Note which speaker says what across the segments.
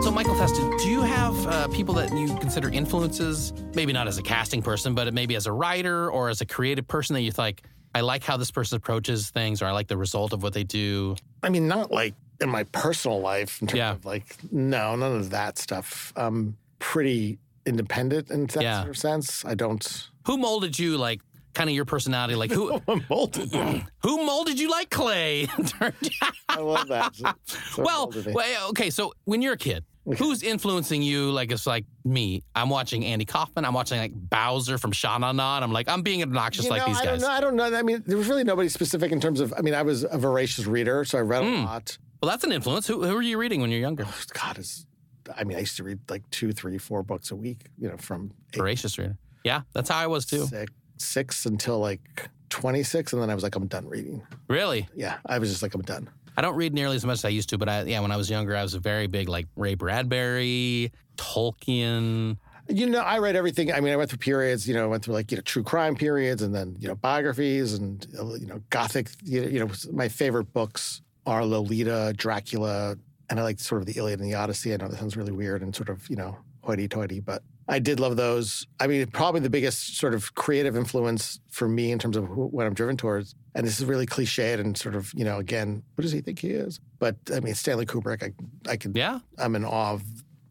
Speaker 1: So, Michael Feston, do you have uh, people that you consider influences? Maybe not as a casting person, but maybe as a writer or as a creative person that you like, I like how this person approaches things or I like the result of what they do?
Speaker 2: I mean, not like in my personal life. In terms
Speaker 1: Yeah.
Speaker 2: Of like, no, none of that stuff. I'm pretty independent in that
Speaker 1: Yeah.
Speaker 2: sort of sense. I don't.
Speaker 1: Who molded you like kind of your personality? Like who
Speaker 2: I'm molded.
Speaker 1: who molded you like clay?
Speaker 2: I love that. So
Speaker 1: well,
Speaker 2: molded me.
Speaker 1: well, eh, okay, so when you're a kid, who's influencing you? Like it's like me. I'm watching Andy Kaufman, I'm watching like Bowser from Sha Na Na, and I'm like, I'm being obnoxious
Speaker 2: You
Speaker 1: like
Speaker 2: know,
Speaker 1: these
Speaker 2: I
Speaker 1: guys.
Speaker 2: Don't know, I don't know. I mean, there was really nobody specific in terms of. I mean, I was a voracious reader, so I read
Speaker 1: Mm.
Speaker 2: a lot.
Speaker 1: Well, that's an influence. Who who are you reading when you're younger?
Speaker 2: Oh, God is. I mean, I used to read like two, three, four books a week. You know, from eight,
Speaker 1: Voracious reader. Yeah, that's how I was too.
Speaker 2: six, six until like twenty six, and then I was like, I'm done reading.
Speaker 1: Really,
Speaker 2: Yeah, I was just like, I'm done.
Speaker 1: I don't read nearly as much as I used to, but I, yeah, when I was younger, I was a very big like Ray Bradbury, Tolkien.
Speaker 2: You know, I read everything. I mean, I went through periods. You know, I went through like you know true crime periods, and then you know biographies, and uh, you know gothic. You know, you know my favorite books are Lolita, Dracula, and I like sort of the Iliad and the Odyssey. I know that sounds really weird and sort of you know hoity-toity, but I did love those. I mean, probably the biggest sort of creative influence for me in terms of who, what I'm driven towards. And this is really cliched and sort of you know again, what does he think he is? But I mean, Stanley Kubrick. I I could
Speaker 1: Yeah,
Speaker 2: I'm in awe of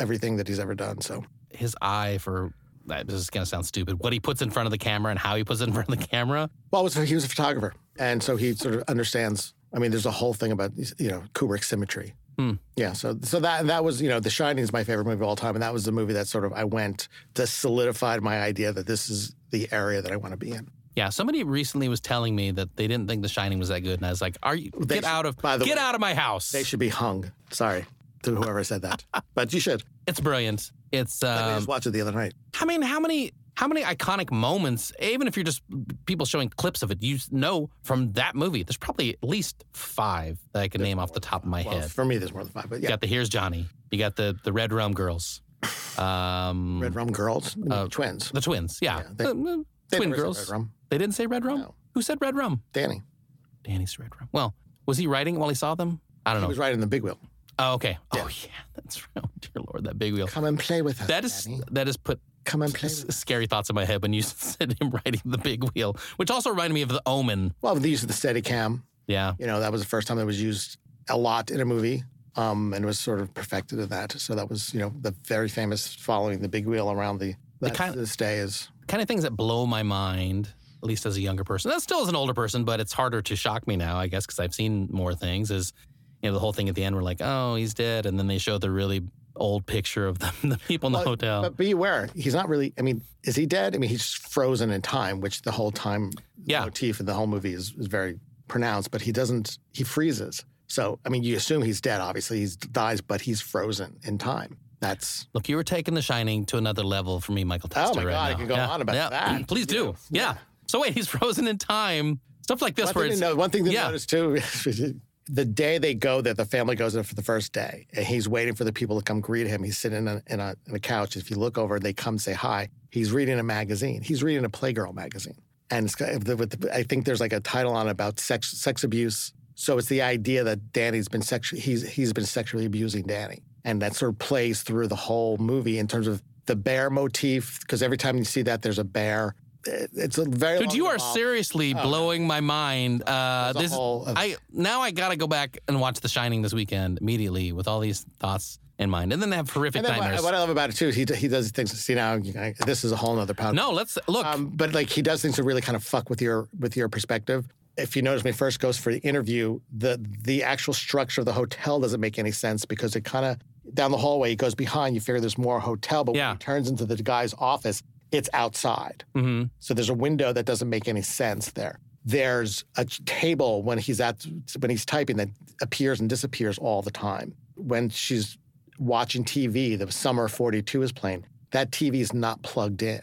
Speaker 2: everything that he's ever done. So.
Speaker 1: his eye for that. This is gonna sound stupid. What he puts in front of the camera and how he puts it in front of the camera.
Speaker 2: Well, it was, he was a photographer, and so he sort of understands. I mean, there's a whole thing about you know Kubrick symmetry.
Speaker 1: Hmm.
Speaker 2: Yeah, so so that that was you know The Shining is my favorite movie of all time, and that was the movie that sort of I went that solidified my idea that this is the area that I want to be in.
Speaker 1: Yeah, somebody recently was telling me that they didn't think The Shining was that good, and I was like, "Are you
Speaker 2: They
Speaker 1: get
Speaker 2: should-
Speaker 1: out of
Speaker 2: by the
Speaker 1: get
Speaker 2: way,
Speaker 1: out of my house?
Speaker 2: They should be hung. Sorry to whoever said that, but you should.
Speaker 1: It's brilliant. It's
Speaker 2: I
Speaker 1: um,
Speaker 2: just watched it the other night.
Speaker 1: I mean, how many how many iconic moments, even if you're just people showing clips of it, you know from that movie. There's probably at least five that I can name off the top of my
Speaker 2: Well,
Speaker 1: head.
Speaker 2: for me, there's more than five, but
Speaker 1: You
Speaker 2: yeah,
Speaker 1: got the Here's Johnny. You got the the Red Rum Girls. Um,
Speaker 2: Red Rum Girls, I mean, twins,
Speaker 1: The twins. Yeah.
Speaker 2: Yeah, they-
Speaker 1: Uh, uh,
Speaker 2: They
Speaker 1: twin
Speaker 2: never said
Speaker 1: girls.
Speaker 2: Red Rum,
Speaker 1: They didn't say Red Rum.
Speaker 2: No.
Speaker 1: Who said Red Rum?
Speaker 2: Danny.
Speaker 1: Danny's Red Rum. Well, was he writing while he saw them? I don't
Speaker 2: He
Speaker 1: know.
Speaker 2: was riding the big wheel.
Speaker 1: oh, okay. Oh yeah, that's right. Oh, dear Lord, that big wheel.
Speaker 2: Come and play with us.
Speaker 1: That is
Speaker 2: Danny.
Speaker 1: that is put
Speaker 2: come and play.
Speaker 1: s-
Speaker 2: with
Speaker 1: scary thoughts in my head when you said him riding the big wheel, which also reminded me of the Omen.
Speaker 2: Well, the use of the Steadicam.
Speaker 1: Yeah,
Speaker 2: you know that was the first time that was used a lot in a movie um, and was sort of perfected in that so that was you know the very famous following the big wheel around the that
Speaker 1: kind-
Speaker 2: to this day is
Speaker 1: kind of things that blow my mind. At least as a younger person, that still as an older person, but it's harder to shock me now, I guess, because I've seen more things. Is you know the whole thing at the end, we're like, oh, he's dead, and then they show the really old picture of the, the people in the
Speaker 2: Well,
Speaker 1: hotel.
Speaker 2: but be aware he's not really i mean is he dead i mean he's frozen in time which the whole time
Speaker 1: Yeah.
Speaker 2: motif in the whole movie is, is very pronounced but he doesn't he freezes so i mean you assume he's dead obviously he dies but he's frozen in time that's
Speaker 1: Look, you were taking The Shining to another level for me, Michael
Speaker 2: Oh
Speaker 1: Testa.
Speaker 2: my
Speaker 1: right
Speaker 2: God, I
Speaker 1: now.
Speaker 2: could go on about that.
Speaker 1: Please do. Yeah. So wait, he's frozen in time. Stuff like this,
Speaker 2: one
Speaker 1: where
Speaker 2: thing,
Speaker 1: it's
Speaker 2: to know- one thing to
Speaker 1: yeah.
Speaker 2: notice too is the day they go there, the family goes there for the first day, and he's waiting for the people to come greet him. He's sitting in a, in a, in a couch. If you look over, they come say hi. He's reading a magazine. He's reading a Playgirl magazine, and it's, got- the- with the- I think there's like a title on it about sex sex abuse. So it's the idea that Danny's been sexually he's he's been sexually abusing Danny, and that sort of plays through the whole movie in terms of the bear motif because every time you see that, there's a bear. It- It's a very
Speaker 1: Dude,
Speaker 2: long
Speaker 1: you are
Speaker 2: involved-
Speaker 1: seriously blowing my mind. Uh,
Speaker 2: Oh, There's a
Speaker 1: this
Speaker 2: whole-
Speaker 1: I now I gotta go back and watch The Shining this weekend immediately with all these thoughts in mind, and then they have horrific
Speaker 2: And then
Speaker 1: nightmares.
Speaker 2: what, what I love about it too is he, d- he does things. See now, I- this is a whole nother podcast.
Speaker 1: no, let's look.
Speaker 2: um, but like he does things to really kind of fuck with your with your perspective. If you notice, when he first goes for the interview, the the actual structure of the hotel doesn't make any sense because it kind of down the hallway. He goes behind. You figure there's more hotel, but
Speaker 1: Yeah.
Speaker 2: when he turns into the guy's office, it's outside.
Speaker 1: hmm
Speaker 2: So there's a window that doesn't make any sense there. There's a table when he's at when he's typing that appears and disappears all the time. When she's watching TV, the Summer 42 is playing. That TV is not plugged in.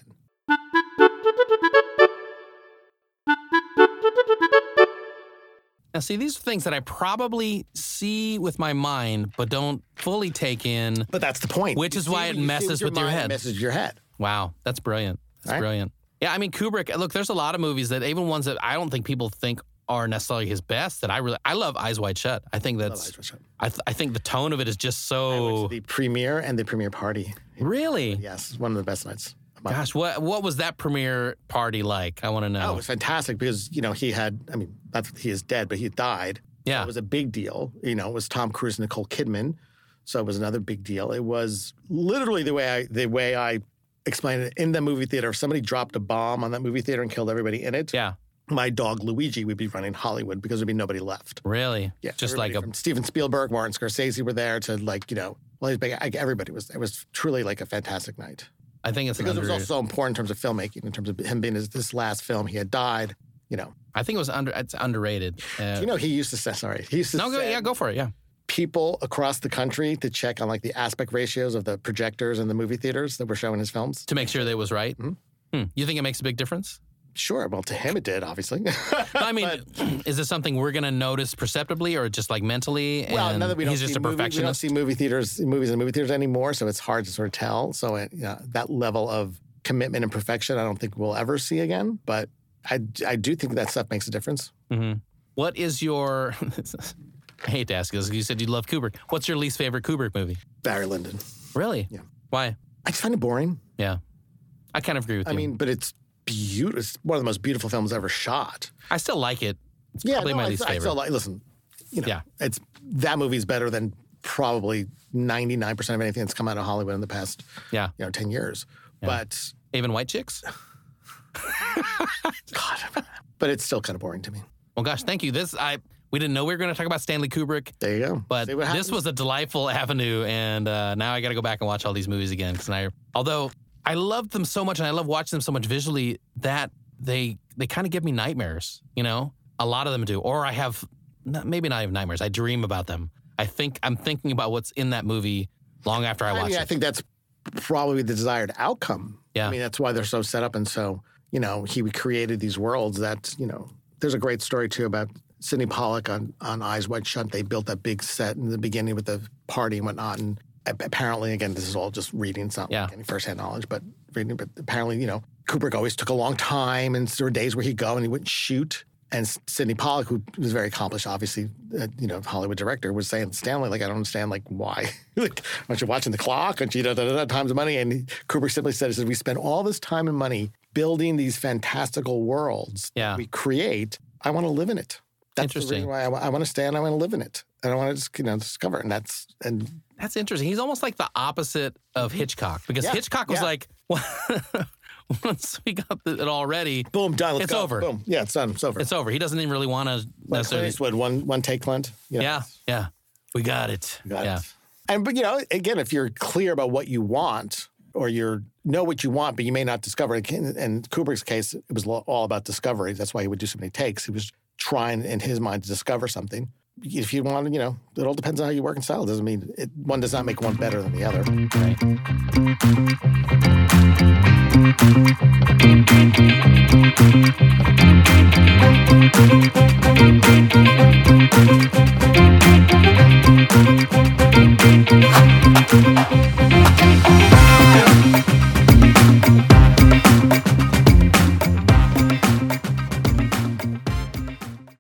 Speaker 1: Now, see, these are things that I probably see with my mind, but don't fully take in.
Speaker 2: But that's the point.
Speaker 1: Which
Speaker 2: You
Speaker 1: is
Speaker 2: see
Speaker 1: why
Speaker 2: what-
Speaker 1: it
Speaker 2: you see
Speaker 1: messes with your
Speaker 2: mind, it
Speaker 1: head.
Speaker 2: Messes with your head.
Speaker 1: Wow, that's brilliant. That's
Speaker 2: Right?
Speaker 1: brilliant. Yeah, I mean Kubrick. Look, there's a lot of movies that even ones that I don't think people think are necessarily his best. That I really, I love Eyes Wide Shut. I think that's, I, th- I think the tone of it is just so
Speaker 2: The premiere and the premiere party.
Speaker 1: really.
Speaker 2: Yes, it's one of the best nights. of my
Speaker 1: Gosh, what what was that premiere party like? I want to
Speaker 2: Oh, it
Speaker 1: know.
Speaker 2: was fantastic because you know he had. I mean, not that he is dead, but he died.
Speaker 1: yeah,
Speaker 2: It was a big deal. You know, it was Tom Cruise and Nicole Kidman, so it was another big deal. It was literally the way I the way I explained it in the movie theater. If somebody dropped a bomb on that movie theater and killed everybody in it,
Speaker 1: yeah,
Speaker 2: my dog Luigi would be running Hollywood because there'd be nobody left.
Speaker 1: really.
Speaker 2: Yeah,
Speaker 1: just
Speaker 2: everybody
Speaker 1: like a
Speaker 2: from Steven Spielberg, Warren Scorsese were there to like you know. Well, he's big. Like, everybody was. It was truly like a fantastic night
Speaker 1: I think it's an
Speaker 2: because it was
Speaker 1: under,
Speaker 2: also so important in terms of filmmaking, in terms of him being his, this last film. He had died. You know,
Speaker 1: I think it was under. It's underrated. Uh,
Speaker 2: you know, he used to say, sorry, he used to
Speaker 1: no, go,
Speaker 2: send
Speaker 1: yeah, go for it. Yeah,
Speaker 2: people across the country to check on like the aspect ratios of the projectors and the movie theaters that were showing his films.
Speaker 1: to make sure that it was right.
Speaker 2: Mhm.
Speaker 1: Hmm. You think it makes a big difference?
Speaker 2: Sure, well, to him it did, obviously.
Speaker 1: I mean, is this something we're going to notice perceptibly or just like mentally?
Speaker 2: well,
Speaker 1: and
Speaker 2: now that we don't
Speaker 1: he's just
Speaker 2: see
Speaker 1: a
Speaker 2: movie- we don't
Speaker 1: perfectionist.
Speaker 2: see movie theaters, movies in movie theaters anymore, so it's hard to sort of tell. So it, you know, that level of commitment and perfection, I don't think we'll ever see again. But I, I do think that stuff makes a difference.
Speaker 1: Mhm. What is your? I hate to ask this. 'cause You said you love Kubrick. What's your least favorite Kubrick movie?
Speaker 2: Barry Lyndon,
Speaker 1: Really?
Speaker 2: Yeah.
Speaker 1: Why?
Speaker 2: I just find it boring.
Speaker 1: I kind of agree with
Speaker 2: I
Speaker 1: you.
Speaker 2: mean, but it's beautiful. It's one of the most beautiful films ever shot.
Speaker 1: I still like it. It's probably
Speaker 2: no,
Speaker 1: my
Speaker 2: I-
Speaker 1: least
Speaker 2: I
Speaker 1: favorite.
Speaker 2: still like, listen, you know,
Speaker 1: Yeah.
Speaker 2: it's that movie's better than probably ninety nine percent of anything that's come out of Hollywood in the past,
Speaker 1: Yeah.
Speaker 2: you know, ten years.
Speaker 1: Yeah.
Speaker 2: But
Speaker 1: Even White Chicks.
Speaker 2: God, but it's still kind of boring to me.
Speaker 1: Well, gosh, thank you. This I we didn't know we were going to talk about Stanley Kubrick,
Speaker 2: There you go.
Speaker 1: but
Speaker 2: See what
Speaker 1: this
Speaker 2: happens?
Speaker 1: was a delightful avenue, and uh, now I got to go back and watch all these movies again. Because I, although I love them so much and I love watching them so much visually, that they they kind of give me nightmares. You know, a lot of them do, or I have not, maybe not even nightmares. I dream about them. I think I'm thinking about what's in that movie long after I
Speaker 2: I,
Speaker 1: watch
Speaker 2: mean, I
Speaker 1: it.
Speaker 2: think that's probably the desired outcome.
Speaker 1: Yeah.
Speaker 2: I mean, that's why they're so set up and so, you know, he created these worlds that, you know, there's a great story too about Sidney Pollack on, on Eyes Wide Shut. They built that big set in the beginning with the party and whatnot. And ap- apparently, again, this is all just reading, it's not
Speaker 1: Yeah.
Speaker 2: like any firsthand knowledge, but reading, but apparently, you know, Kubrick always took a long time and there were days where he'd go and he wouldn't shoot. And S- Sidney Pollack, who was very accomplished, obviously, uh, you know, Hollywood director, was saying, Stanley, like, I don't understand, like, why? like, aren't you watching the clock? Aren't you, da, da, da, da, times of money? And Kubrick simply said, he said, we spend all this time and money building these fantastical worlds
Speaker 1: Yeah.
Speaker 2: we create. I want to live in it. That's the
Speaker 1: Interesting.
Speaker 2: reason why I, want to stay and I want to live in it. And I want to just, you know, discover. it. And that's, and
Speaker 1: That's interesting. He's almost like the opposite of Hitchcock because
Speaker 2: Yeah,
Speaker 1: Hitchcock was
Speaker 2: yeah.
Speaker 1: like, once we got the, it already,
Speaker 2: boom, done. Let's
Speaker 1: It's
Speaker 2: go.
Speaker 1: over.
Speaker 2: Boom. Yeah, it's done. It's over.
Speaker 1: it's over. He doesn't even really want to
Speaker 2: like Clint
Speaker 1: necessarily.
Speaker 2: Eastwood, one, one take, Clint. You know,
Speaker 1: Yeah, yeah. We got it.
Speaker 2: Got
Speaker 1: yeah.
Speaker 2: it. And but you know, again, if you're clear about what you want, or you know what you want, but you may not discover. it. In in Kubrick's case, it was lo- all about discovery. That's why he would do so many takes. He was trying, in his mind, to discover something. If you want, you know, it all depends on how you work in style. It doesn't mean it, one does not make one better than the other.